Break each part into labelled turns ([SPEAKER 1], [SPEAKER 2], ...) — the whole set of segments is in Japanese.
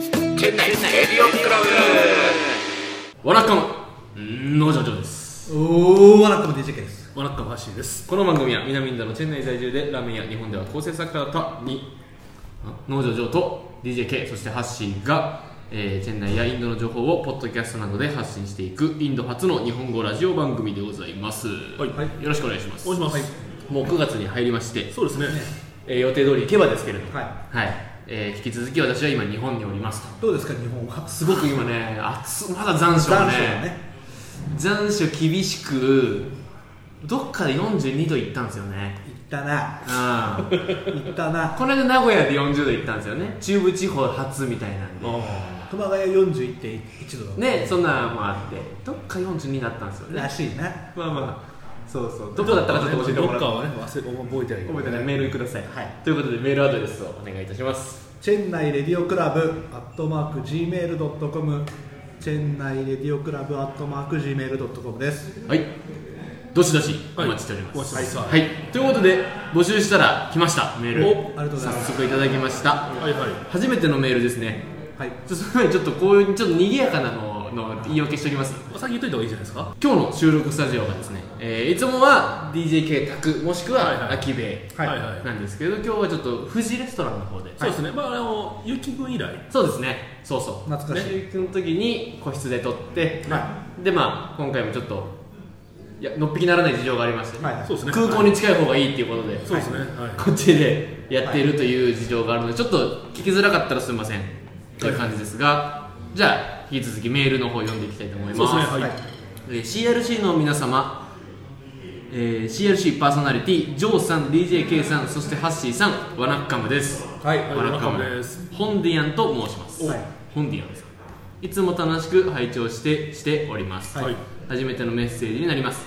[SPEAKER 1] エディオンクラブわらっかも農場長です
[SPEAKER 2] おおわらかも DJ です
[SPEAKER 1] わらっかもハッシーですこの番組は南インドのチェン内在住でラーメンや日本では構成作家だったにあ農場長と DJK そしてハッシーが、えー、チェン内やインドの情報をポッドキャストなどで発信していくインド初の日本語ラジオ番組でございます、
[SPEAKER 2] はい
[SPEAKER 1] よろしくお願いします
[SPEAKER 3] お願いします
[SPEAKER 1] もう9月に入りまして、
[SPEAKER 3] そうですね。
[SPEAKER 1] えー予定通り行けばですけれども
[SPEAKER 2] は
[SPEAKER 1] はい、えー引き続き私は今日本におりますと
[SPEAKER 2] いどうですか日本は
[SPEAKER 1] すごく今ね暑まだ残暑が
[SPEAKER 2] 残
[SPEAKER 1] ね
[SPEAKER 2] 暑がね
[SPEAKER 1] 残暑厳しくどっかで42度行ったんですよね
[SPEAKER 2] 行ったな
[SPEAKER 1] あー
[SPEAKER 2] 行った な
[SPEAKER 1] この間名古屋で40度行ったんですよね中部地方初みたいなんで
[SPEAKER 2] 熊谷41.1度だもん
[SPEAKER 1] ねそんなのもあってどっか42になったんですよ
[SPEAKER 2] ら
[SPEAKER 1] ね
[SPEAKER 2] しいな
[SPEAKER 1] まあまあそうそうどこだったかちょっと教えてもらって
[SPEAKER 3] どっかはね、忘れ覚えてないけど
[SPEAKER 1] 覚えてないメールください、
[SPEAKER 2] はい
[SPEAKER 1] ということでメールアドレスをお願いいたします
[SPEAKER 2] チェンナイレディオクラブアットマーク Gmail.com チェンナイレディオクラブアットマーク Gmail.com です
[SPEAKER 1] はいどしどしお
[SPEAKER 3] はい
[SPEAKER 1] 待ちしております、
[SPEAKER 3] お待ちしております
[SPEAKER 1] はい、ということで募集したら来ましたメール
[SPEAKER 3] お
[SPEAKER 2] ありがとうございます
[SPEAKER 1] 早速いただきました
[SPEAKER 3] はいはい。
[SPEAKER 1] 初めてのメールですね
[SPEAKER 2] は
[SPEAKER 1] ち
[SPEAKER 2] い
[SPEAKER 1] ょっとその前にちょっとこういうちょっと賑やかなのの言い訳しておきます
[SPEAKER 3] 先言っといた方がいいじゃないですか。
[SPEAKER 1] 今日の収録スタジオがですね、えーいつもは DJK 宅もしく
[SPEAKER 3] はいは
[SPEAKER 1] はい秋兵衛
[SPEAKER 3] はいはい
[SPEAKER 1] なんですけど今日はちょっと富士レストランの方で
[SPEAKER 3] そうですね。まああのゆうきくん以来。
[SPEAKER 1] そうですねそうそう
[SPEAKER 2] 懐かしい
[SPEAKER 1] ねの時に個室で撮って、
[SPEAKER 2] は
[SPEAKER 1] でまあ今回もちょっといやのっぴきならない事情がありまして、
[SPEAKER 2] はい
[SPEAKER 3] そうですね。
[SPEAKER 1] 空港に近い方がいいっていうことで、
[SPEAKER 3] そうですね。はい。
[SPEAKER 1] こっちでやっているという事情があるのでちょっと聞きづらかったらすみませんという感じですがじゃあ引き続きメールの方読んでいきたいと思い
[SPEAKER 3] そう
[SPEAKER 1] ます
[SPEAKER 3] ですね。はい。
[SPEAKER 2] はい
[SPEAKER 1] えー CRC の皆様、えー CRC パーソナリティジョーさん DJK さんそしてハッシーさんワナッカムです
[SPEAKER 2] はい
[SPEAKER 3] はい
[SPEAKER 1] ワナッカ
[SPEAKER 3] ワ
[SPEAKER 1] ム
[SPEAKER 3] ナッカムです
[SPEAKER 1] ホンディアンと申します、
[SPEAKER 2] はい
[SPEAKER 1] ホンディアンさんいつも楽しく拝聴してしております、
[SPEAKER 3] はい
[SPEAKER 1] 初めてのメッセージになります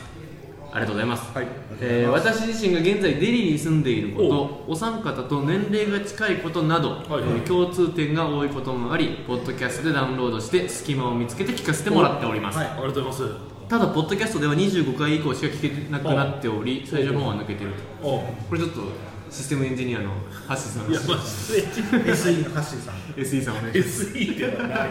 [SPEAKER 1] ありがとうございます、
[SPEAKER 2] はい
[SPEAKER 1] えー私自身が現在デリーに住んでいることお三方と年齢が近いことなど、
[SPEAKER 3] はいはい
[SPEAKER 1] えー共通点が多いこともありポッドキャストでダウンロードして隙間を見つけて聞かせてもらっております、
[SPEAKER 2] はい
[SPEAKER 3] ありがとうございます。
[SPEAKER 1] ただポッドキャストでは25回以降しか聞けてなくなっており最初の方は抜けてると
[SPEAKER 3] おう。
[SPEAKER 1] これちょっとシステムエンジニアのハッシーさん
[SPEAKER 3] いやまあ
[SPEAKER 1] の
[SPEAKER 2] SE のハッシーさん
[SPEAKER 1] SE さんお願いします
[SPEAKER 3] SE ではない。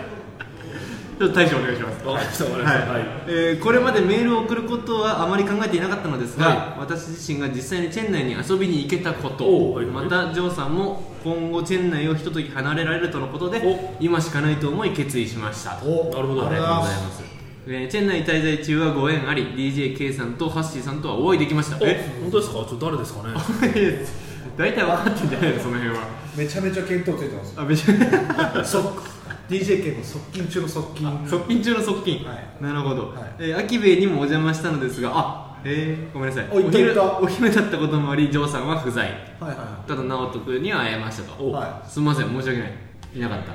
[SPEAKER 1] ちょっと大将お願いします
[SPEAKER 3] わかりました。わかりま
[SPEAKER 1] は
[SPEAKER 3] し
[SPEAKER 1] い
[SPEAKER 3] た。はい。
[SPEAKER 1] えーこれまでメールを送ることはあまり考えていなかったのですが、
[SPEAKER 3] は
[SPEAKER 1] 私自身が実際にチェン内に遊びに行けたこ
[SPEAKER 3] おう
[SPEAKER 1] と
[SPEAKER 3] はいはい
[SPEAKER 1] またジョーさんも今後チェン内をひととき離れられるとのことで
[SPEAKER 3] お
[SPEAKER 1] 今しかないと思い決意しましたと
[SPEAKER 2] お
[SPEAKER 3] なるほど
[SPEAKER 2] あ
[SPEAKER 1] あ
[SPEAKER 2] り
[SPEAKER 1] り
[SPEAKER 2] が
[SPEAKER 1] が
[SPEAKER 2] と
[SPEAKER 1] とうご
[SPEAKER 2] うござ
[SPEAKER 1] ざい
[SPEAKER 2] いま
[SPEAKER 1] ますす、えーチェン内滞在中はご縁あり DJK さんとハッシーさんとはお会いできました
[SPEAKER 3] お、本当ですか。ちょっと誰ですかね。
[SPEAKER 1] 大体分かってんじゃないのその辺は
[SPEAKER 2] めちゃめちゃ見当ついてます
[SPEAKER 1] あ別に
[SPEAKER 2] 即 DJK の側近中の側近
[SPEAKER 1] 側近中の側近、
[SPEAKER 2] はい
[SPEAKER 1] なるほど、
[SPEAKER 2] はい
[SPEAKER 1] えー秋兵衛にもお邪魔したのですがあえー、ごめんなさい
[SPEAKER 2] お行った行った
[SPEAKER 1] お昼お昼だったこともありジョーさんは不在
[SPEAKER 2] はいは
[SPEAKER 1] ただ直人君には会えましたと
[SPEAKER 2] いは
[SPEAKER 1] すみません申し訳ないいなかった、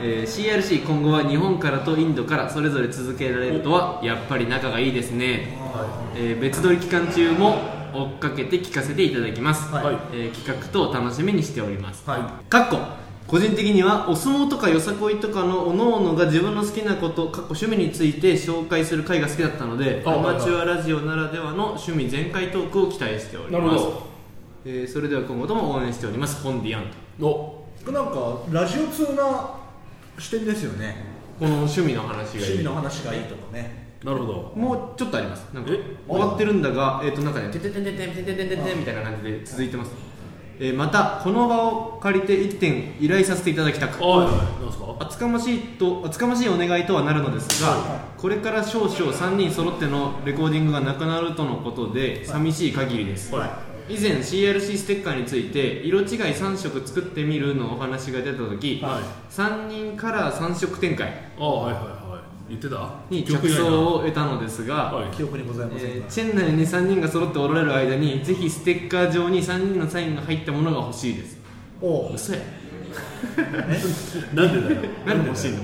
[SPEAKER 1] えー CRC 今後は日本からとインドからそれぞれ続けられるとはやっぱり仲がいいですね、えー別撮り期間中も追っかけて聞かせていただきます、
[SPEAKER 2] はい
[SPEAKER 1] えー企画と楽しみにしております
[SPEAKER 2] いはい
[SPEAKER 1] かっこ個人的にはお相撲とかよさこいとかのおのおのが自分の好きなことかっこ趣味について紹介する回が好きだったので
[SPEAKER 3] あ
[SPEAKER 1] アマチュアラジオならではの趣味全開トークを期待しており
[SPEAKER 3] なるほ
[SPEAKER 1] ます
[SPEAKER 3] ど、
[SPEAKER 1] えーそれでは今後とも応援しておりますホンディアンと
[SPEAKER 3] お、
[SPEAKER 2] なんかラジオ通な視点ですよね
[SPEAKER 1] この趣味の話が
[SPEAKER 2] 趣味の話がいいとかね
[SPEAKER 3] なるほど。
[SPEAKER 1] もうちょっとありますなんか
[SPEAKER 3] え
[SPEAKER 1] 終わってるんだがえっ、となんかねてててててててててててみたいな感じで続いてます、えーまたこの場を借りて1点依頼させていただきたく
[SPEAKER 3] はいはい。なんですか。
[SPEAKER 1] 厚かましいと厚かましいお願いとはなるのですが、これから少々3人揃ってのレコーディングがなくなるとのことで寂しい限りです、
[SPEAKER 2] は
[SPEAKER 1] 以前 CRC ステッカーについて色違い3色作ってみるのお話が出た時、
[SPEAKER 3] はい
[SPEAKER 1] 3人から3色展開
[SPEAKER 3] あ、はいはいはい。言ってた。
[SPEAKER 1] に
[SPEAKER 3] 記憶
[SPEAKER 1] 着
[SPEAKER 3] にないな
[SPEAKER 1] 想を得たのですが、
[SPEAKER 3] はい。
[SPEAKER 2] 記憶にございません
[SPEAKER 1] えー
[SPEAKER 2] が、
[SPEAKER 1] チェン内に3人が揃っておられる間にぜひステッカー上に3人のサインが入ったものが欲しいです
[SPEAKER 2] おう
[SPEAKER 1] 嘘や
[SPEAKER 3] なんでだ よ。
[SPEAKER 1] 何で欲しいの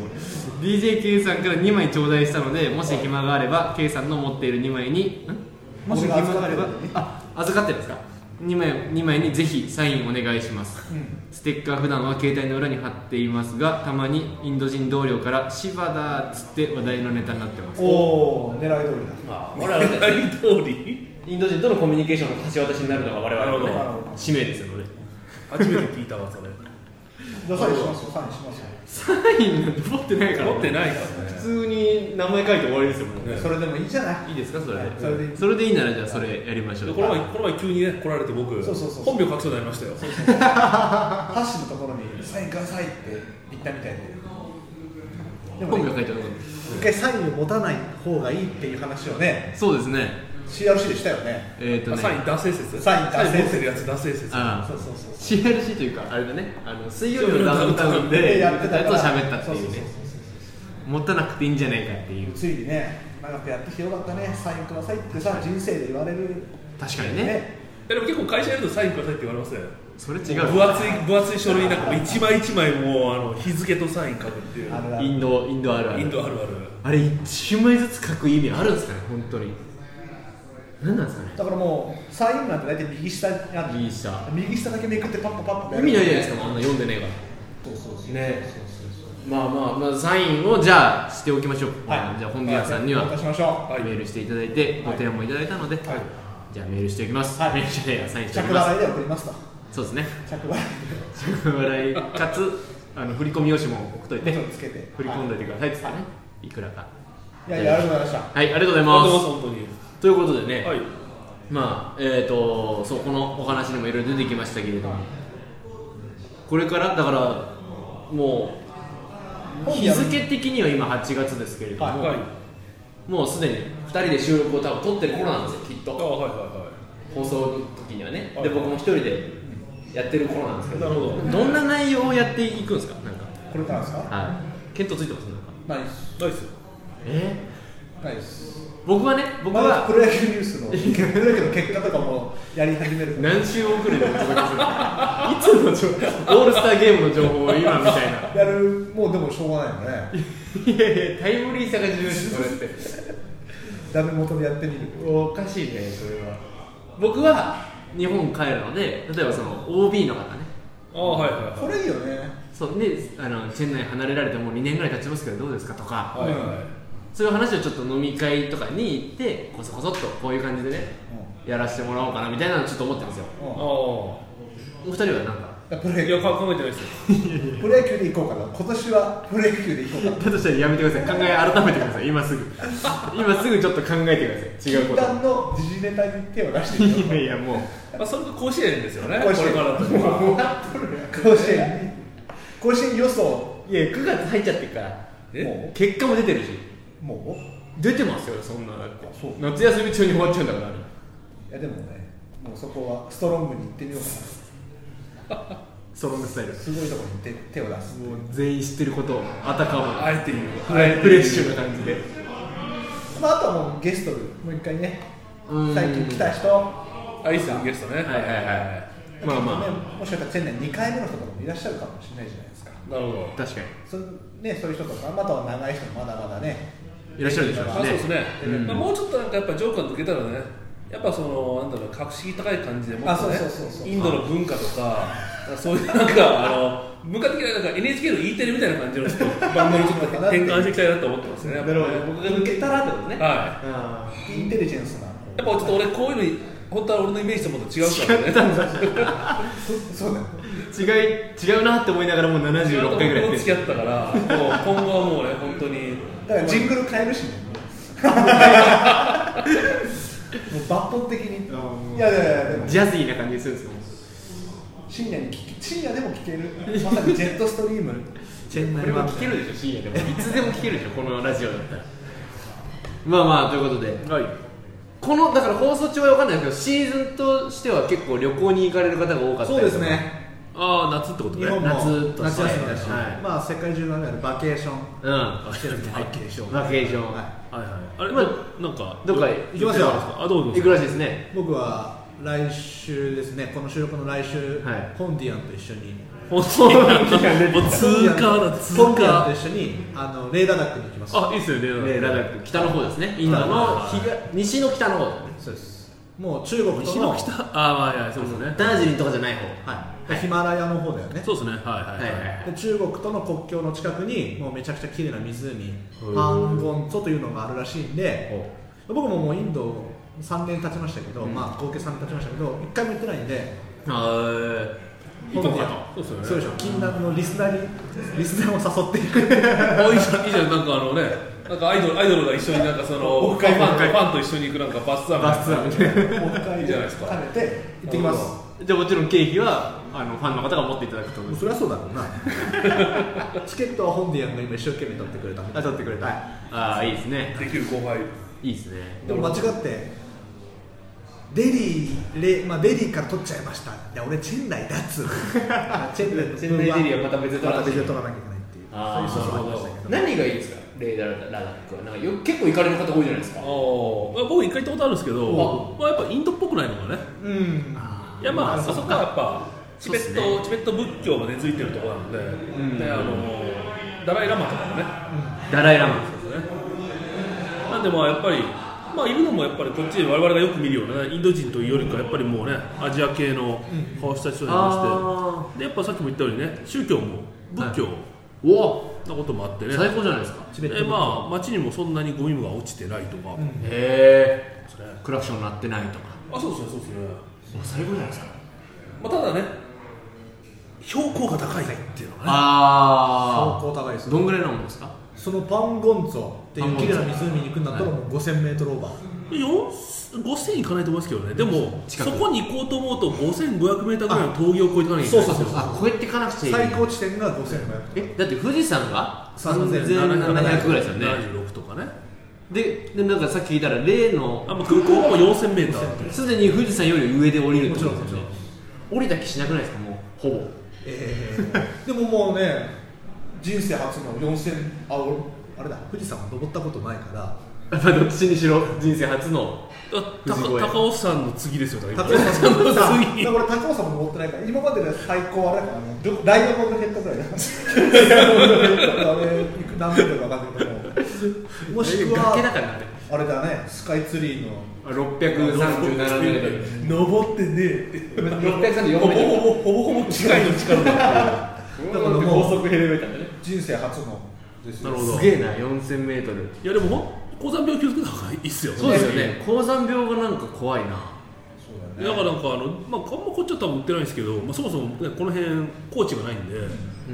[SPEAKER 1] DJK さんから2枚頂戴したのでもし暇があれば K さんの持っている2枚にん
[SPEAKER 2] もし
[SPEAKER 1] 暇があれば
[SPEAKER 2] 預かってる
[SPEAKER 1] あ預かってるんですか2枚 ,2 枚にぜひサインお願いします、ステッカー普段は携帯の裏に貼っていますがたまにインド人同僚から「シバだ」っつって話題のネタになってます
[SPEAKER 2] おう狙い通りだ
[SPEAKER 1] あ
[SPEAKER 3] 狙い通り。
[SPEAKER 1] インド人とのコミュニケーションの橋渡しになるのが我々の、
[SPEAKER 3] なる
[SPEAKER 1] ね、使命ですので、
[SPEAKER 3] 初めて聞いたわそれ。
[SPEAKER 2] じゃあサインしますよサインしますよ
[SPEAKER 1] サインなんて持ってないから、
[SPEAKER 3] 持ってないから
[SPEAKER 1] 普
[SPEAKER 3] ね
[SPEAKER 1] 通に名前書いて終わりですよもう、
[SPEAKER 3] ね
[SPEAKER 2] それでもいいじゃない
[SPEAKER 1] いいですかそれ
[SPEAKER 2] はい
[SPEAKER 1] で
[SPEAKER 2] それでいい
[SPEAKER 1] それでいいならじゃあそれやりましょ
[SPEAKER 3] で
[SPEAKER 1] う
[SPEAKER 3] この前この前急にね来られて僕
[SPEAKER 2] そうそうそう
[SPEAKER 3] 本名書きそうになりましたよ
[SPEAKER 2] ハッシュのところにサインくださいって言ったみたいででも
[SPEAKER 1] 本
[SPEAKER 2] ね
[SPEAKER 1] 名書いてなかっ
[SPEAKER 2] 一回サインを持たない方がいいっていう話をね
[SPEAKER 1] たそうですね
[SPEAKER 2] CRC でしたよね
[SPEAKER 1] えっ、ー、とね
[SPEAKER 3] サイン脱性説
[SPEAKER 2] サイン惰性
[SPEAKER 3] 持
[SPEAKER 2] 説
[SPEAKER 3] ってるやつ脱性説
[SPEAKER 1] あ
[SPEAKER 2] そう
[SPEAKER 1] あ
[SPEAKER 2] そうそうそ
[SPEAKER 1] CRC というかあれだねあの水曜日のダウンタウン
[SPEAKER 2] う
[SPEAKER 1] で
[SPEAKER 2] やってた
[SPEAKER 1] や
[SPEAKER 2] か
[SPEAKER 1] つを
[SPEAKER 2] ら
[SPEAKER 1] 喋ったっていうね
[SPEAKER 2] そうそうそうそう
[SPEAKER 1] 持たなくていいんじゃないかっていう
[SPEAKER 2] ついにね長くやってきてよかったねサインくださいってさ人生で言われる
[SPEAKER 1] 確かにね
[SPEAKER 2] ね
[SPEAKER 3] でも結構会社やるとサインくださいって言われますね
[SPEAKER 1] それ違
[SPEAKER 3] 分
[SPEAKER 1] う
[SPEAKER 3] 厚い分厚い書類なんかもう一枚一枚もうあの日付とサイン書くっていう
[SPEAKER 2] あるあ
[SPEAKER 1] イ
[SPEAKER 2] る
[SPEAKER 1] ンドインドあるある
[SPEAKER 3] インドあるある
[SPEAKER 1] あれ1枚ずつ書く意味あるんですかね本当に何なんですかね
[SPEAKER 2] だからもうサインなんて大体右下にある
[SPEAKER 1] 右下
[SPEAKER 2] 右下だけめくってパッパパッパ
[SPEAKER 1] 意味ないじゃないです
[SPEAKER 2] か
[SPEAKER 1] かもうあんな読んでねえから
[SPEAKER 2] そうそうそう
[SPEAKER 1] ねまあまあまあサインをじゃあしておきましょう、
[SPEAKER 2] はい
[SPEAKER 1] じゃあ本屋さんには
[SPEAKER 2] お渡ししましょう
[SPEAKER 1] メールしていただいてご提案もいただいたので、
[SPEAKER 2] はい
[SPEAKER 1] じゃあメールしておきます、
[SPEAKER 2] はい
[SPEAKER 1] メールじゃねえやサインしてお
[SPEAKER 2] 着
[SPEAKER 1] きます
[SPEAKER 2] 払いで送りますと
[SPEAKER 1] そうですね
[SPEAKER 2] 着払い
[SPEAKER 1] 着払いかつあの振り込み用紙も送っといて
[SPEAKER 2] そうつけて
[SPEAKER 1] 振り込んでおいてくださいっつってね、い、くらか
[SPEAKER 2] いやいやありがとうございました
[SPEAKER 1] はいありがとうござい
[SPEAKER 3] あ
[SPEAKER 1] ま
[SPEAKER 3] り
[SPEAKER 1] す
[SPEAKER 3] がとうございます
[SPEAKER 1] ということで
[SPEAKER 3] 本当に
[SPEAKER 1] ね、
[SPEAKER 3] はい
[SPEAKER 1] まあえー、とそうこのお話にもいろいろ出てきましたけれどもこれからだからもう
[SPEAKER 2] 本
[SPEAKER 1] 日
[SPEAKER 2] 日
[SPEAKER 1] 付的には今8月ですけれども、
[SPEAKER 3] はい
[SPEAKER 1] もうすでに2人で収録を多分撮ってる頃なんですよきっ
[SPEAKER 3] あ
[SPEAKER 1] と
[SPEAKER 3] はいは
[SPEAKER 1] 放送の時にはね
[SPEAKER 3] はい
[SPEAKER 1] で僕も1人でやってる頃なんですけど
[SPEAKER 3] なるほど
[SPEAKER 1] どんな内容をやっていくんですかなんか
[SPEAKER 2] これからですか
[SPEAKER 1] はい検討ついてますなんか
[SPEAKER 2] ないです
[SPEAKER 3] いはいナイス
[SPEAKER 1] え
[SPEAKER 2] ないです
[SPEAKER 1] ー僕はね僕
[SPEAKER 2] まだ
[SPEAKER 1] は
[SPEAKER 2] プロ野球ニュースのプロ野球の結果とかもやり始めるから
[SPEAKER 1] 何週遅れでお届けするの いつの情報オールスターゲームの情報を今みたいな
[SPEAKER 2] やるもうでもしょうがないよね
[SPEAKER 1] いやいやタイムリーさが重要ですそれって
[SPEAKER 2] ダメ元でやってみる
[SPEAKER 1] おかしいねそれは僕は日本帰るので例えばその OB の方ね
[SPEAKER 3] あはいはい
[SPEAKER 2] これいいよね
[SPEAKER 1] そうであのチェン内離れられてもう2年ぐらい経ちますけどどうですかとか
[SPEAKER 3] はいはいはい
[SPEAKER 1] そういう話をちょっと飲み会とかに行ってこそこそっとこういう感じでねやらせてもらおうかなみたいなのちょっと思ってますよ
[SPEAKER 2] うんうん
[SPEAKER 3] あ
[SPEAKER 1] お二人はなんか
[SPEAKER 2] いやプロ
[SPEAKER 3] あ
[SPEAKER 2] 野
[SPEAKER 3] い
[SPEAKER 2] 球
[SPEAKER 3] やか考えてないですよ
[SPEAKER 2] プロ野球で行こうかな今年はプロ野球で行こうかな
[SPEAKER 1] だとしたらやめてください考え改めてください今すぐ今すぐちょっと考えてください違う
[SPEAKER 2] 一
[SPEAKER 1] こと
[SPEAKER 2] 旦の時事ネタに手を出してみ
[SPEAKER 1] いやい
[SPEAKER 2] よ
[SPEAKER 1] やもう
[SPEAKER 3] まあそれが甲子園ですよねこ
[SPEAKER 2] 甲
[SPEAKER 3] れ
[SPEAKER 2] 子
[SPEAKER 3] か
[SPEAKER 2] 園
[SPEAKER 3] らの
[SPEAKER 2] うか甲子園甲子園予想
[SPEAKER 1] いや9月入っちゃってるから
[SPEAKER 3] え
[SPEAKER 1] もう結果も出てるし
[SPEAKER 2] も
[SPEAKER 1] 出てますよそんなだって
[SPEAKER 2] そう
[SPEAKER 1] 夏休み中に終わっちゃうんだからあれ
[SPEAKER 2] ういやでもねもうそこはストロングに行ってみようかな
[SPEAKER 1] ソロングスタイルもう
[SPEAKER 2] すごいところに手手を出す
[SPEAKER 1] 全員知ってることをあたかも
[SPEAKER 3] あえて言う
[SPEAKER 1] フレフレッシュな感じで
[SPEAKER 2] まあ、あとはもうゲストでもう一回ね
[SPEAKER 1] うん
[SPEAKER 2] 最近来た人
[SPEAKER 3] アイスのゲストね
[SPEAKER 1] はいはいはいまあ
[SPEAKER 2] ね
[SPEAKER 1] ま
[SPEAKER 2] もしかしたらチェン内2回目の人とかもいらっしゃるかもしれないじゃないですか
[SPEAKER 3] なるほど
[SPEAKER 1] あ確か
[SPEAKER 2] そ,、ね、そういう人とかまたは長い人もまだまだね
[SPEAKER 1] にいらっしゃるでしょう
[SPEAKER 3] まあ
[SPEAKER 1] し
[SPEAKER 3] そうですね、
[SPEAKER 1] うん
[SPEAKER 3] まあ、もうちょっとなんかやっぱジョーカー抜けたらねやっぱそのなんだろう格式高い感じでもっとね
[SPEAKER 2] あそうそうそうそう
[SPEAKER 3] インドの文化とかなんかそういうなんかあの文化的ななんか NHK の E テレみたいな感じの ちょっと番組にちょっと転換していきたいなと思ってますねやっぱね
[SPEAKER 1] 僕が抜けたらってことね
[SPEAKER 3] は
[SPEAKER 2] インテリジェンスな、
[SPEAKER 3] いやっぱちょっと俺こういうの本当は俺のイメージともっと違うからね
[SPEAKER 2] そうだよ
[SPEAKER 1] 違い違うなって思いながらもう76回ぐら いや
[SPEAKER 3] 僕
[SPEAKER 1] って
[SPEAKER 3] と付
[SPEAKER 1] る
[SPEAKER 3] き合ったからもう今後はもうね本当に
[SPEAKER 2] だからジングル変えるしねもう抜本的にいやいやいやでも
[SPEAKER 1] ジャズィーな感じにするんですよ
[SPEAKER 2] 深夜に聞き深夜でも聞けるまさにジェットストリーム
[SPEAKER 1] チェンこれは聞けるでしょ深夜でもいつでも聞けるでしょこのラジオだったらまあまあということで
[SPEAKER 3] はい
[SPEAKER 1] このだから放送中は分かんないですけどシーズンとしては結構旅行に行かれる方が多かったりとか
[SPEAKER 2] そうですね
[SPEAKER 3] ああ夏ってこと
[SPEAKER 2] 日
[SPEAKER 3] ね
[SPEAKER 2] 本も
[SPEAKER 1] 夏と
[SPEAKER 2] 夏休みだし、
[SPEAKER 1] はい
[SPEAKER 2] まあ世界中のあるバケーショ
[SPEAKER 1] う
[SPEAKER 2] ン
[SPEAKER 1] んバ
[SPEAKER 2] バケーション
[SPEAKER 1] ケーション、
[SPEAKER 2] は
[SPEAKER 3] はいはいあれ、
[SPEAKER 1] まあ
[SPEAKER 3] なんか
[SPEAKER 1] どっか
[SPEAKER 2] 行きますよ
[SPEAKER 3] あどうぞ
[SPEAKER 1] 行く らしいですね
[SPEAKER 2] 僕は来週ですねこの収録の来週、
[SPEAKER 1] はい
[SPEAKER 2] コンディアンと一緒に
[SPEAKER 3] 本当にもう通過だ通
[SPEAKER 2] コンディアン
[SPEAKER 3] 過
[SPEAKER 2] と一緒にあのレーダーダックに行きます
[SPEAKER 3] あいいっすよね
[SPEAKER 1] ねラダック北の方ですねインドの
[SPEAKER 3] はい
[SPEAKER 1] 東西の北の方だね
[SPEAKER 2] そうですもう中国との
[SPEAKER 3] 西の北あまあいやそうですね
[SPEAKER 1] ダージリンとかじゃない方
[SPEAKER 2] はい、ヒマラヤの方だよね
[SPEAKER 3] そうですねはいはいはい、
[SPEAKER 2] で中国との国境の近くにもうめちゃくちゃ綺麗な湖パンゴンツォというのがあるらしいんで僕ももうインド3年経ちましたけど、まあ合計3年経ちましたけど1回も行ってないんで
[SPEAKER 1] はい行こうかと。
[SPEAKER 3] そうです
[SPEAKER 2] そう
[SPEAKER 3] よ
[SPEAKER 2] で
[SPEAKER 3] ね
[SPEAKER 2] しょ禁断のリスナーにリスナーを誘っていく
[SPEAKER 3] あいいじゃんいいじゃんなんかあのねなんかアイドルアイドルが一緒になんかその
[SPEAKER 2] オフ
[SPEAKER 3] ファン
[SPEAKER 2] 会
[SPEAKER 3] フ
[SPEAKER 2] オフ会
[SPEAKER 3] ァンと一緒に行くなんかバスツアーみたいな
[SPEAKER 1] バスツアーみたいな。
[SPEAKER 2] もう一回
[SPEAKER 3] いいじゃないですか
[SPEAKER 2] 兼ねて行ってきます
[SPEAKER 1] じゃあもちろん経費はあのファンの方が持っていただくと思い
[SPEAKER 2] もう
[SPEAKER 1] ます。
[SPEAKER 2] そりゃそうだろうなチケットは本ディアンが今一生懸命取ってくれたんで
[SPEAKER 1] あ、取ってくれた。
[SPEAKER 2] は
[SPEAKER 1] ああ、いいですね。
[SPEAKER 3] できる後輩
[SPEAKER 1] いいですね。
[SPEAKER 2] いでも間違ってデリーレ、まあ、デリーから取っちゃいましたいや俺チェンナイだっつうのあチェンナイの
[SPEAKER 3] チェンナイデリーはまた別で取らな
[SPEAKER 2] ま
[SPEAKER 3] きゃいけない
[SPEAKER 2] た別で取らなきゃいけないっていう
[SPEAKER 1] あー
[SPEAKER 2] そういう人もありましたけど
[SPEAKER 4] 何がいいですかレイダーラダックはなんかよ結構行かれる方多いじゃないですか
[SPEAKER 3] ああ僕一回行ったことあるんですけどまあやっぱインドっぽくないのがね
[SPEAKER 2] うん
[SPEAKER 3] いやまあ、
[SPEAKER 2] まあ
[SPEAKER 3] あそこはやっぱチベット、
[SPEAKER 1] そうっ
[SPEAKER 3] チベット仏教が根付いてるところなので、であのダライラマとかもね、
[SPEAKER 1] ダライラマン。
[SPEAKER 3] そうですねなんでまあやっぱりまあいるのもやっぱりこっちで我々がよく見るようなねインド人というよりかはやっぱりもうねアジア系の顔した人にま
[SPEAKER 1] あ
[SPEAKER 3] して、でやっぱさっきも言ったようにね宗教も仏教
[SPEAKER 1] おお、
[SPEAKER 3] なこともあってね、
[SPEAKER 1] 最高じゃないですか。
[SPEAKER 2] チベット
[SPEAKER 3] でまあ街にもそんなにゴミが落ちてないとか、
[SPEAKER 2] ん
[SPEAKER 1] へえ。クラクション鳴ってないとか。
[SPEAKER 3] あそうですねそうですね、
[SPEAKER 1] もう最高じゃないですか。
[SPEAKER 3] まあ、ただね標高が高いっていうのがね
[SPEAKER 1] あ
[SPEAKER 2] 標高高いです
[SPEAKER 1] あ。どんぐらいのもんですか。
[SPEAKER 2] そのパンゴンツォっていう綺麗な湖に行くんだったらもう 5000m オーバー
[SPEAKER 3] よん5000いかないと思いますけどね、でも、
[SPEAKER 1] 近
[SPEAKER 3] そ
[SPEAKER 1] く
[SPEAKER 3] こに行こうと思うと、5500メーターぐらいの峠を越えていかなきゃいけないんですよ、
[SPEAKER 1] あ、こうやって行かなくちゃいけない
[SPEAKER 2] 最。高地点が 5500m
[SPEAKER 1] え、だって富士山が
[SPEAKER 3] 7700
[SPEAKER 1] 3700ぐらいですよね。
[SPEAKER 3] 76とかね、
[SPEAKER 1] で、でなんかさっき聞いたら例の
[SPEAKER 3] あまあ空港がもう4000メーター、
[SPEAKER 1] すでに富士山より上で降りるってこと
[SPEAKER 2] も
[SPEAKER 1] で
[SPEAKER 2] ち
[SPEAKER 1] す
[SPEAKER 2] ろ
[SPEAKER 1] よ
[SPEAKER 2] ん
[SPEAKER 1] ね
[SPEAKER 2] も
[SPEAKER 1] 降りた気しなくないですかもうほぼ
[SPEAKER 2] えー、でももうね人生初の4000あ俺あれだ富士山は登ったことないから
[SPEAKER 1] まあどっちにしろ人生初の
[SPEAKER 3] だ
[SPEAKER 1] 富士越え
[SPEAKER 3] 高高尾山の次ですよ、だから
[SPEAKER 2] 高尾
[SPEAKER 3] 今
[SPEAKER 2] 山もさ
[SPEAKER 3] 次
[SPEAKER 2] だから高尾山も登ってないから今までで最高あれだからねどダイヤモンドヘッドぐらいだあれいく何メートルか分かんないけどももしく
[SPEAKER 1] 崖だ
[SPEAKER 2] は
[SPEAKER 1] からあれ
[SPEAKER 2] あれだねスカイツリーの
[SPEAKER 1] 637メート
[SPEAKER 3] 登ってねえって、
[SPEAKER 1] ル634
[SPEAKER 3] ほぼ
[SPEAKER 1] メート
[SPEAKER 3] ほぼほぼほぼ機械の力だっ
[SPEAKER 1] ル
[SPEAKER 2] だからもう
[SPEAKER 1] 速ヘリベーターでね
[SPEAKER 2] 人生初のです
[SPEAKER 3] な
[SPEAKER 2] よ
[SPEAKER 3] るほど
[SPEAKER 1] すげえな4000メートル
[SPEAKER 3] ていういや、でも、ほん高山病気をつけた方がいいっすよ、
[SPEAKER 1] そうですよね高山病がなんか怖いな
[SPEAKER 2] そう
[SPEAKER 3] だ
[SPEAKER 2] だよ
[SPEAKER 3] か
[SPEAKER 2] ね
[SPEAKER 3] らなんかあの、まあ、あんまこっちは多分売ってないんですけど、まあ、そもそも、ね、この辺高知がないんで、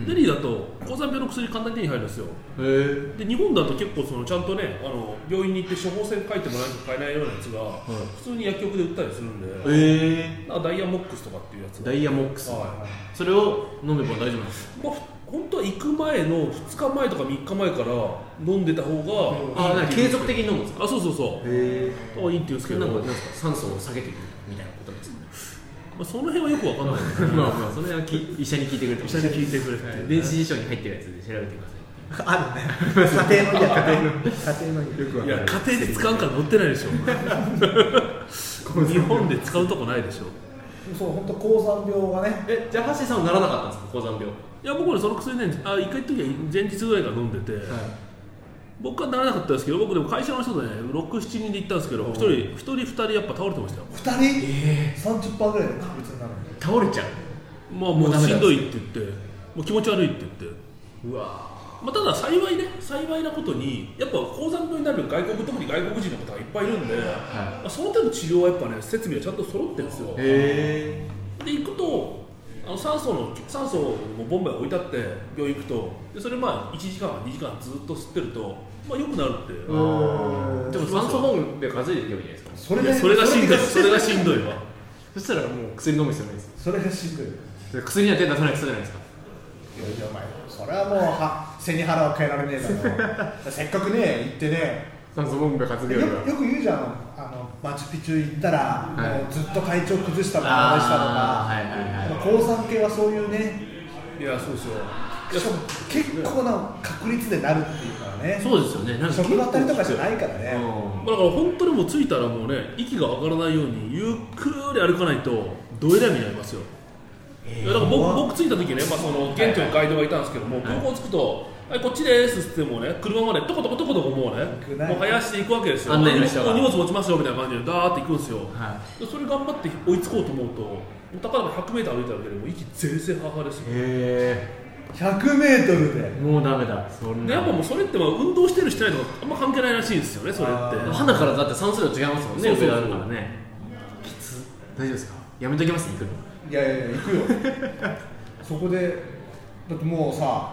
[SPEAKER 3] デリーだと高山病の薬簡単に手に入るんですよ
[SPEAKER 1] へえ
[SPEAKER 3] で日本だと結構そのちゃんとねあの病院に行って処方箋書いてもらわないと買えないようなやつが、普通に薬局で売ったりするんで、
[SPEAKER 1] え
[SPEAKER 3] なんかダイヤモックスとかっていうやつ
[SPEAKER 1] ー
[SPEAKER 3] が
[SPEAKER 1] ダイヤモックス
[SPEAKER 3] は
[SPEAKER 1] それを飲めば大丈夫なんです
[SPEAKER 3] いまあ、ふ本当は行く前の2日前とか3日前から飲んでた方が
[SPEAKER 1] あなんか継続的に飲むんですか
[SPEAKER 3] あそうそうそう
[SPEAKER 2] へ
[SPEAKER 3] あいいって言うんですけ
[SPEAKER 1] なん
[SPEAKER 3] ど、ま
[SPEAKER 1] かなんですか酸素を下げていくみたいなことですか
[SPEAKER 3] あ、その辺はよくわかんない ですね
[SPEAKER 1] まあまあその辺はき医者に聞いてくれて
[SPEAKER 3] 医者に聞いてくれて
[SPEAKER 1] はい電子辞書に入ってるやつで調べてください
[SPEAKER 2] ーあるね家庭
[SPEAKER 3] い
[SPEAKER 2] の家庭の家庭の家よく
[SPEAKER 3] や家庭で使うから乗ってないでしょ日本で使うとこないでしょ
[SPEAKER 2] そう本当高山病がね
[SPEAKER 1] えじゃあ橋さんはならなかったんですか高山病
[SPEAKER 3] いや僕ねその薬ねあ一回行った時は前日ぐらいから飲んでて、僕はならなかったですけど僕でも会社の人でね67人で行ったんですけど一人一人二人やっぱ倒れてましたよ
[SPEAKER 2] 2人、30%ぐらいの確率になる
[SPEAKER 1] 倒れちゃ
[SPEAKER 3] まあ
[SPEAKER 1] も
[SPEAKER 3] も
[SPEAKER 1] う
[SPEAKER 3] う
[SPEAKER 1] ダメだ
[SPEAKER 3] しんどいって言ってもう気持ち悪いって言って、
[SPEAKER 1] ううわ
[SPEAKER 3] まあ、ただ幸いね幸いなことにやっぱ高山病になる外国特に外国人の方がいっぱいいるんで、まあその手の治療はやっぱね設備はちゃんと揃ってるんですよ
[SPEAKER 1] へ
[SPEAKER 3] で行くとあの酸素の酸素をボンベが置いてあって病院行くとでそれまあ1時間2時間ずっと吸ってると、まあ、良くなるって、
[SPEAKER 1] えでも酸素ボンベ担いでいけばいいじゃないですか
[SPEAKER 2] そ
[SPEAKER 3] いやそれがしんどいそれがしんどいわ
[SPEAKER 1] そしたらもう薬飲む必要ないです
[SPEAKER 2] それがしんどいいや
[SPEAKER 1] 薬には手出さない人じゃないですか
[SPEAKER 2] いやお前それはもうは背に腹は変えられねえだろせっかくね行ってね
[SPEAKER 1] 酸素ボンベ担ぐ
[SPEAKER 2] よ
[SPEAKER 1] より
[SPEAKER 2] よく言うじゃんあのマチュピチュ行ったら、
[SPEAKER 1] はい
[SPEAKER 2] もうずっと体調崩したのか崩したの
[SPEAKER 1] あ
[SPEAKER 2] か、
[SPEAKER 1] ーはいはいはい
[SPEAKER 2] 高山系はそういうね
[SPEAKER 3] いやそうですよいや
[SPEAKER 2] しかも結構な確率でなるっていうからね
[SPEAKER 1] そうですよねなんか
[SPEAKER 2] 職場ったりとかじゃないから
[SPEAKER 1] う
[SPEAKER 2] ね
[SPEAKER 1] ん
[SPEAKER 3] まあだから本当にもう着いたらもうね息が上がらないようにゆっくり歩かないとどえらい目になりますよ、いやだから僕僕着いた時ね、まあ、その現地のガイドがいたんですけども、空港着くと「はい、こっちです」って言ってもね車までとことことことこもうね
[SPEAKER 2] 行くね
[SPEAKER 3] もう林で行くわけですよ
[SPEAKER 1] 案内の
[SPEAKER 3] も
[SPEAKER 1] 人が
[SPEAKER 3] う荷物持ちますよみたいな感じでダーって行くんですよ、
[SPEAKER 1] は
[SPEAKER 3] でそれ頑張って追いつこうと思うともう高々 100m 歩いただけでもう息全然ハーハーですよ
[SPEAKER 1] いへ
[SPEAKER 2] 100m で
[SPEAKER 1] えもうダメだそん
[SPEAKER 3] で
[SPEAKER 1] な
[SPEAKER 3] やっぱもうそれってまあ運動してるしてないとかあんま関係ないらしいんですよねそれって
[SPEAKER 2] あー
[SPEAKER 1] 肌からだって酸素量違いますもんね
[SPEAKER 3] そうそうそう
[SPEAKER 1] 上がるからねきつ大丈夫ですかやめときます行くの
[SPEAKER 2] いやいやいや行くよ そこでだってもうさ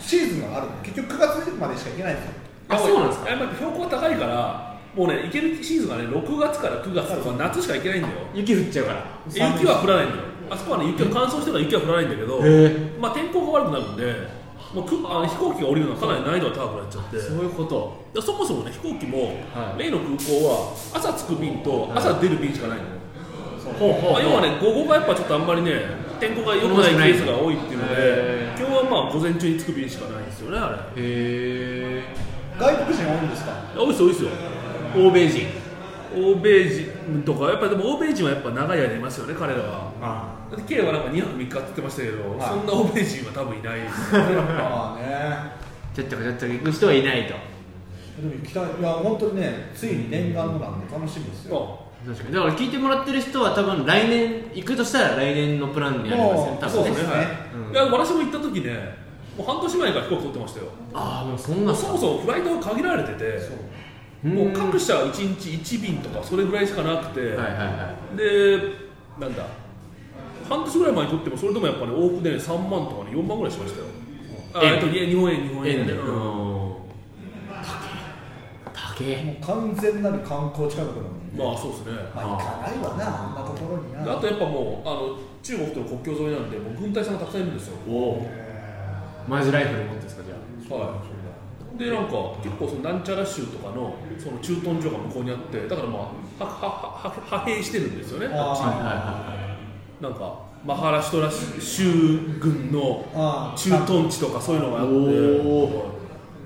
[SPEAKER 2] シーズンがあるの結局9月までしか行けないんですよ
[SPEAKER 1] あそうなんですか
[SPEAKER 3] やっぱり標高高いからもうね行けるシーズンがね6月から9月とか夏しか行けないんだよ
[SPEAKER 1] 雪降っちゃうから
[SPEAKER 3] 雪は降らないんだよあそこはね雪が乾燥してから雪は降らないんだけど
[SPEAKER 1] へえ
[SPEAKER 3] まあ天候が悪くなるんでもうくあの飛行機が降りるのはかなり難易度が高くなっちゃって
[SPEAKER 1] そういうこと
[SPEAKER 3] でそもそもね飛行機も、
[SPEAKER 1] はい
[SPEAKER 3] 例の空港は朝着く便と朝出る便しかないの、
[SPEAKER 1] ほうほう
[SPEAKER 3] まあ、要はね午後がやっぱちょっとあんまりね天候が良くないケースが多いっていうので
[SPEAKER 1] へ
[SPEAKER 3] 今日はまあ午前中に着く便しかないんですよねあれ
[SPEAKER 1] へえ
[SPEAKER 2] 外国人多いんですか
[SPEAKER 3] 多いです多いですよ
[SPEAKER 1] 欧米人
[SPEAKER 3] 欧米人とかやっぱでも欧米人はやっぱ長い間いますよね彼らは
[SPEAKER 2] あ
[SPEAKER 3] だって K はなんか2泊3日って言ってましたけど、
[SPEAKER 2] はい
[SPEAKER 3] そんな欧米人は多分いないです よね
[SPEAKER 2] まあね
[SPEAKER 1] ちょっとかちょっとか行く人はいないと
[SPEAKER 2] でも行きたいいや本当にねついに念願のなんで楽しみですよ
[SPEAKER 3] そ
[SPEAKER 1] 確かにだから聞いてもらってる人は多分来年行くとしたら来年のプランになりますよね多
[SPEAKER 2] もう
[SPEAKER 3] う
[SPEAKER 1] 分
[SPEAKER 3] そう
[SPEAKER 1] ね
[SPEAKER 3] ですね
[SPEAKER 2] そうですね
[SPEAKER 3] いや私も行った時ねもう半年前から飛行機取ってましたよ
[SPEAKER 1] ああもうそん
[SPEAKER 3] ま
[SPEAKER 1] な
[SPEAKER 3] あそもそもフライトが限られてて
[SPEAKER 2] そう
[SPEAKER 3] もう各
[SPEAKER 1] し
[SPEAKER 3] 社1日1便とかそれぐらいしかなくて、
[SPEAKER 1] はいはいはい
[SPEAKER 3] でなんだ半年ぐらい前に取ってもそれでもやっぱり、ね、往復で、ね、3万とか、ね、4万ぐらいしましたよあ
[SPEAKER 1] 円
[SPEAKER 3] えっといや日本円日本円
[SPEAKER 1] 円
[SPEAKER 3] で
[SPEAKER 1] で
[SPEAKER 3] ね
[SPEAKER 1] う
[SPEAKER 3] うん
[SPEAKER 1] ん高え
[SPEAKER 2] もう完全なる観光近くなのに
[SPEAKER 3] まあそうですね
[SPEAKER 2] まあ行かないわなあんなところにな
[SPEAKER 3] あとやっぱもうあの中国との国境沿いなんでもう軍隊さんがたくさんいるんですよ
[SPEAKER 1] 高えおおマジライフル持ってんですかじゃあ
[SPEAKER 3] はいでなんか結構そのなんちゃら州とかのその駐屯所が向こうにあってだからまあはははは派兵してるんですよね
[SPEAKER 2] あー
[SPEAKER 1] はいはいはい
[SPEAKER 3] なんかマハラシュトラ州軍の
[SPEAKER 2] ああ
[SPEAKER 3] 駐屯地とかそういうのがあって
[SPEAKER 1] お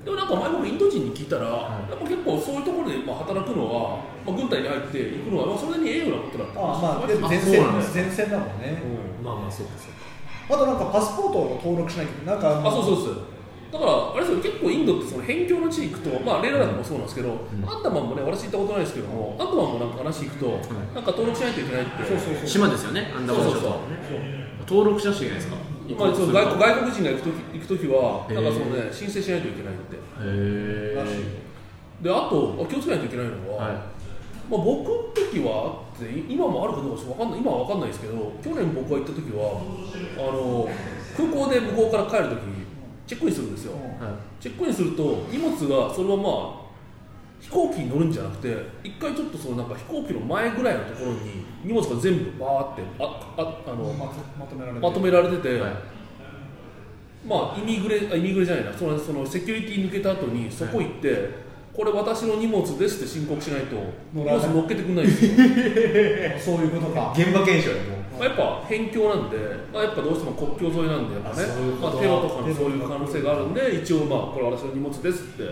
[SPEAKER 3] でもなんか前僕インド人に聞いたら、やっぱ結構そういうところでまあ働くのは、まあ、軍隊に入って行くのは、まあ、それに栄誉なことだった
[SPEAKER 2] あまあで
[SPEAKER 3] で
[SPEAKER 2] も
[SPEAKER 1] あ
[SPEAKER 2] 前
[SPEAKER 1] そ
[SPEAKER 2] 線
[SPEAKER 1] うなんだ
[SPEAKER 2] 前線だもんね
[SPEAKER 1] まあまあそうですよ
[SPEAKER 2] あとなんかパスポートを登録しなきゃなんか
[SPEAKER 3] あそうそうそうだからあれですよ結構インドってその辺境の地行くと、まあ、レラダンもそうなんですけど、アンダマンもね私行ったことないですけども、アンダマンもなんか話行くと、なんか登録しないといけないって
[SPEAKER 2] そうそうそう
[SPEAKER 1] 島ですよねアンダーバー
[SPEAKER 3] そ
[SPEAKER 1] 諸
[SPEAKER 3] うそう
[SPEAKER 1] 島登録しなくちゃいけないんですか
[SPEAKER 3] まあ、その外国外国人が行くとき行くときは、
[SPEAKER 1] へ
[SPEAKER 3] な
[SPEAKER 1] ー
[SPEAKER 3] んかそのね、申請しないといけないって、
[SPEAKER 1] へ
[SPEAKER 2] らしい
[SPEAKER 1] え
[SPEAKER 3] であとあ気をつけないといけないのは、
[SPEAKER 1] はい
[SPEAKER 3] まあ、僕の時はあってい今もあるかどうかちょっとわかんない今は分かんないですけど去年僕が行った時はあの空港で向こうから帰る時チェックインするんですよ
[SPEAKER 2] うん
[SPEAKER 1] は
[SPEAKER 3] チェックインすると荷物がそのまま飛行機に乗るんじゃなくて一回ちょっとそのなんか飛行機の前ぐらいのところに荷物が全部バーってあああの
[SPEAKER 2] まとまとめられて
[SPEAKER 3] まとめられてて、
[SPEAKER 1] いはい
[SPEAKER 3] まあ、イミグレあイミグレじゃないなそのそのセキュリティ抜けた後にそこ行って、これ私の荷物ですって申告しないと荷
[SPEAKER 2] 乗ら
[SPEAKER 3] 物
[SPEAKER 2] ない
[SPEAKER 3] 乗っけてくんないんですよ
[SPEAKER 2] そういうことか
[SPEAKER 1] 現場検証やもう
[SPEAKER 3] まあやっぱ辺境なんで、まあ、やっぱどうしても国境沿いなんでやっぱね
[SPEAKER 1] あそういうこ
[SPEAKER 3] まあ、
[SPEAKER 1] と
[SPEAKER 3] テロとかもそういう可能性があるんで一応まあこれ私の荷物ですって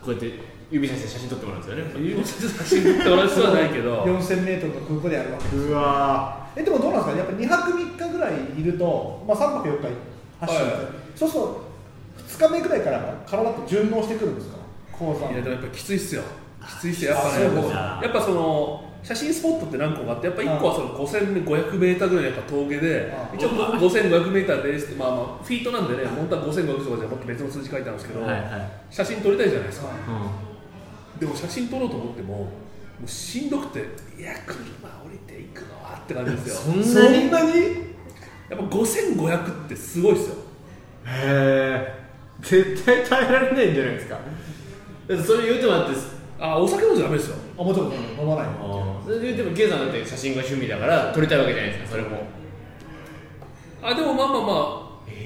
[SPEAKER 1] こうやって指さして写真撮ってもらうんですよね
[SPEAKER 3] 荷物ですって言ってもらう必要はないけど
[SPEAKER 2] 4000メートルの空港でやるわけ
[SPEAKER 1] うわ
[SPEAKER 2] えでもどうなんですかやっぱ2泊3日ぐらいいると、まあ、3泊4日走って、
[SPEAKER 3] はい
[SPEAKER 2] そうすると2日目ぐらいから体って順応してくるんですか高山
[SPEAKER 3] いやでもやっぱきついっすよきついっすよやっぱ
[SPEAKER 2] あ
[SPEAKER 3] ね
[SPEAKER 2] そうです
[SPEAKER 1] か
[SPEAKER 3] やっぱその写真スポットって何個かあってやっぱ1個はその5500メーターぐらいのやっぱ峠で
[SPEAKER 2] あ
[SPEAKER 3] 一応5500メーターですってまあまあフィートなんでね本当は5500とかじゃもっと別の数字書いてあるんですけど、
[SPEAKER 1] はいはい
[SPEAKER 3] 写真撮りたいじゃないですか
[SPEAKER 1] う
[SPEAKER 3] でも写真撮ろうと思ってももうしんどくていや車降りていくのはって感じですよ
[SPEAKER 1] そん
[SPEAKER 2] そ
[SPEAKER 1] なに
[SPEAKER 2] んなに
[SPEAKER 3] やっぱ5500ってすごいっすよ
[SPEAKER 1] へえ絶対耐えられないんじゃないですかだってそれ言うてもだって
[SPEAKER 3] あお酒飲んじゃダメですよ
[SPEAKER 2] あもちろん飲まない
[SPEAKER 1] それで言うてもケイさんだって写真が趣味だから撮りたいわけじゃないですかそれも
[SPEAKER 3] あでもまあまあま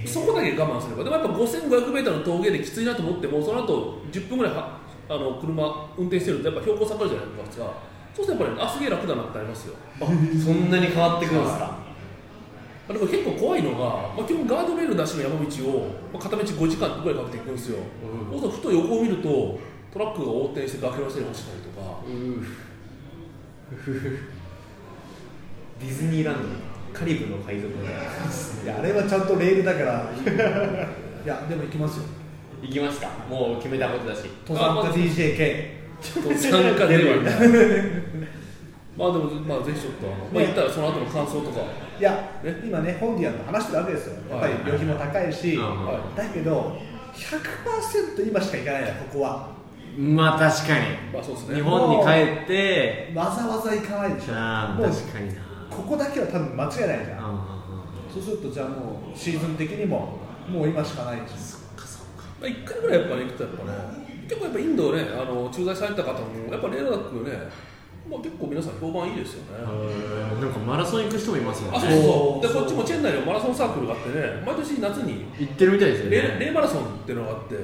[SPEAKER 3] あ、そこだけ我慢すればでもやっぱ 5500m の峠できついなと思ってもその後10分ぐらいはあの車運転してるとやっぱ標高下がるじゃないですかそうするとやっぱりあすげえ楽だなってありますよ
[SPEAKER 1] そんなに変わってくるんですか
[SPEAKER 3] あでも結構怖いのが、まあ、基本ガードレールなしの山道を、まあ、片道5時間ぐらいかけていくんですよ、そうするとふと横を見るとトラックが横転して崖の下に落ちたりとか
[SPEAKER 1] ディズニーランドカリブの海賊みたいない
[SPEAKER 2] やあれはちゃんとレールだからいやでも行きますよ
[SPEAKER 1] 行きますかもう決めたことだし
[SPEAKER 2] 登山家 DJK
[SPEAKER 3] ちょっと参加ではないまあでも、まあ、ぜひちょっとあの、まあ、行ったらその後の感想とか
[SPEAKER 2] いや
[SPEAKER 3] ね
[SPEAKER 2] 今ね本ディアンと話してるわけですよやっぱり旅費も高いし、
[SPEAKER 1] はいはい
[SPEAKER 3] はい
[SPEAKER 2] だけど100%今しか行かないなここは
[SPEAKER 1] まあ確か
[SPEAKER 3] まあそうです
[SPEAKER 1] に
[SPEAKER 3] ね
[SPEAKER 1] 日本に帰って
[SPEAKER 2] わざわざ行かないでしょ
[SPEAKER 1] ああ
[SPEAKER 2] もう
[SPEAKER 1] 確かにな
[SPEAKER 2] ここだけは多分間違いないじゃん、そうするとじゃあもうシーズン的にももう今しかないし
[SPEAKER 3] まあ、1回ぐらいやっぱり行くとやっぱね結構やっぱインドをねあの駐在された方もやっぱレーダックね、まあ、結構皆さん評判いいですよね、
[SPEAKER 1] なんかマラソン行く人もいますもん
[SPEAKER 3] あ
[SPEAKER 1] ね
[SPEAKER 3] そうそうでこっちもチェン内のマラソンサークルがあってね毎年夏に
[SPEAKER 1] 行ってるみたいですよね
[SPEAKER 3] レレーマラソンっていうのがあって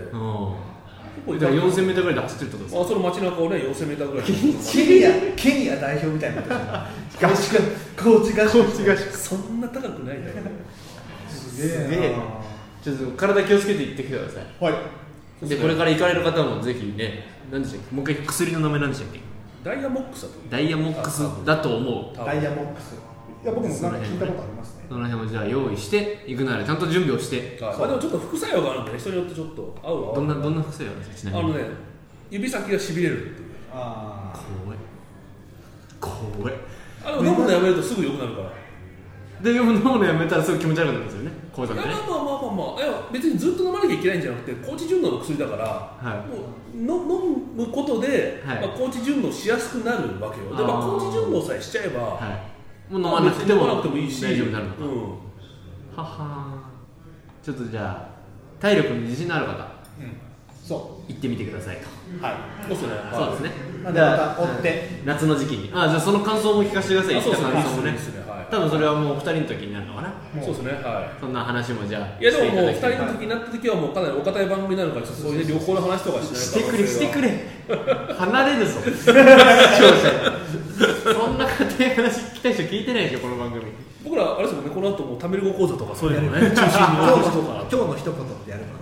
[SPEAKER 3] 結
[SPEAKER 1] う
[SPEAKER 3] 構
[SPEAKER 1] ん
[SPEAKER 3] い
[SPEAKER 1] だ
[SPEAKER 3] た
[SPEAKER 1] から
[SPEAKER 3] りま
[SPEAKER 1] 4000m ぐらいで走ってるってことですか
[SPEAKER 3] あその街中をね 4000m ぐらい
[SPEAKER 2] ケニアケニア代表みたいなことじゃん合宿コーチ合宿
[SPEAKER 3] そんな高くないだろ
[SPEAKER 2] すげえな
[SPEAKER 1] すげえなちょっと体気をつけて行ってきてください
[SPEAKER 2] はい
[SPEAKER 1] でこれから行かれる方もぜひね何でしたっけもう一回薬の名前何でしたっけ
[SPEAKER 3] ダイヤモックスだと
[SPEAKER 1] ダイヤモックスだと思う
[SPEAKER 3] 多分
[SPEAKER 2] ダイヤモックスいや僕もなんか聞いたことありますね
[SPEAKER 1] その辺をじゃあ用意して行くならちゃんと準備をして
[SPEAKER 3] はいまあ、でもちょっと副作用があるんでね人によってちょっと合う合う
[SPEAKER 1] どんなどんな副作用なんですかちな
[SPEAKER 3] あ
[SPEAKER 1] みに
[SPEAKER 3] のね指先がしびれるっていう
[SPEAKER 2] ああ
[SPEAKER 1] 怖い怖い
[SPEAKER 3] あれ飲むのやめるとすぐ良くなるから
[SPEAKER 1] ででも飲むのやめたらすごい気持ち悪くなるんですよねこういう
[SPEAKER 3] い
[SPEAKER 1] の
[SPEAKER 3] や
[SPEAKER 1] ってね
[SPEAKER 3] まあまあまあまあまあいや別にずっと飲まなきゃいけないんじゃなくて高知順応の薬だから、
[SPEAKER 1] い
[SPEAKER 3] もうの飲むことで、
[SPEAKER 1] はい
[SPEAKER 3] まあ、高知順応しやすくなるわけよで、まあ、
[SPEAKER 1] あー
[SPEAKER 3] 高知順応さえしちゃえば、
[SPEAKER 1] はいもう飲
[SPEAKER 3] ま
[SPEAKER 1] ま
[SPEAKER 3] あ
[SPEAKER 1] なく
[SPEAKER 3] 別
[SPEAKER 1] て
[SPEAKER 3] に
[SPEAKER 1] も
[SPEAKER 3] 飲まなくてもいいし
[SPEAKER 1] 大丈夫になるのか、
[SPEAKER 3] う
[SPEAKER 1] は
[SPEAKER 3] ん
[SPEAKER 1] ははちょっとじゃあ体力に自信のある方
[SPEAKER 2] そ
[SPEAKER 1] 行ってみてくださいと
[SPEAKER 2] うはい
[SPEAKER 3] そうですね
[SPEAKER 1] そうです
[SPEAKER 3] ね
[SPEAKER 1] ね
[SPEAKER 2] まあ
[SPEAKER 1] じゃあ
[SPEAKER 2] また追って
[SPEAKER 1] 夏の時期にあじゃあその感想も聞かせてください
[SPEAKER 3] あそう
[SPEAKER 1] 行
[SPEAKER 3] です
[SPEAKER 1] った
[SPEAKER 3] ね
[SPEAKER 1] 感想も
[SPEAKER 3] いい
[SPEAKER 1] ね
[SPEAKER 3] っすねはい
[SPEAKER 1] 多分それはもうお二人の時になるのかな
[SPEAKER 3] そうですねはい
[SPEAKER 1] そんな話もじゃあ
[SPEAKER 3] いやでももう2
[SPEAKER 1] して
[SPEAKER 3] 人
[SPEAKER 1] いただき
[SPEAKER 3] の時になった時はもうかなりお堅い番組になるからちょっとそういうね旅行の話とかしないと
[SPEAKER 1] してくれしてくれ離れ るぞそんな家庭話聞きたい人聞いてないでしょこの番組
[SPEAKER 3] 僕らあれですもんねこの後もうタメル語講座とかそういうのね中心にお話しとかな
[SPEAKER 2] 今日の一言ってやるか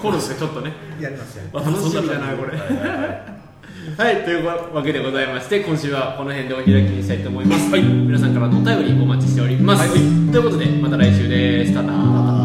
[SPEAKER 1] コロスでちょっとね
[SPEAKER 2] らやりますやりま
[SPEAKER 3] まあ
[SPEAKER 1] 楽しみだな
[SPEAKER 3] そん感じで
[SPEAKER 1] これはいというわけでございまして今週はこの辺でお開きにしたいと思います、
[SPEAKER 3] はい
[SPEAKER 1] 皆さんからのお便りお待ちしております、ということでまた来週ですただ
[SPEAKER 2] す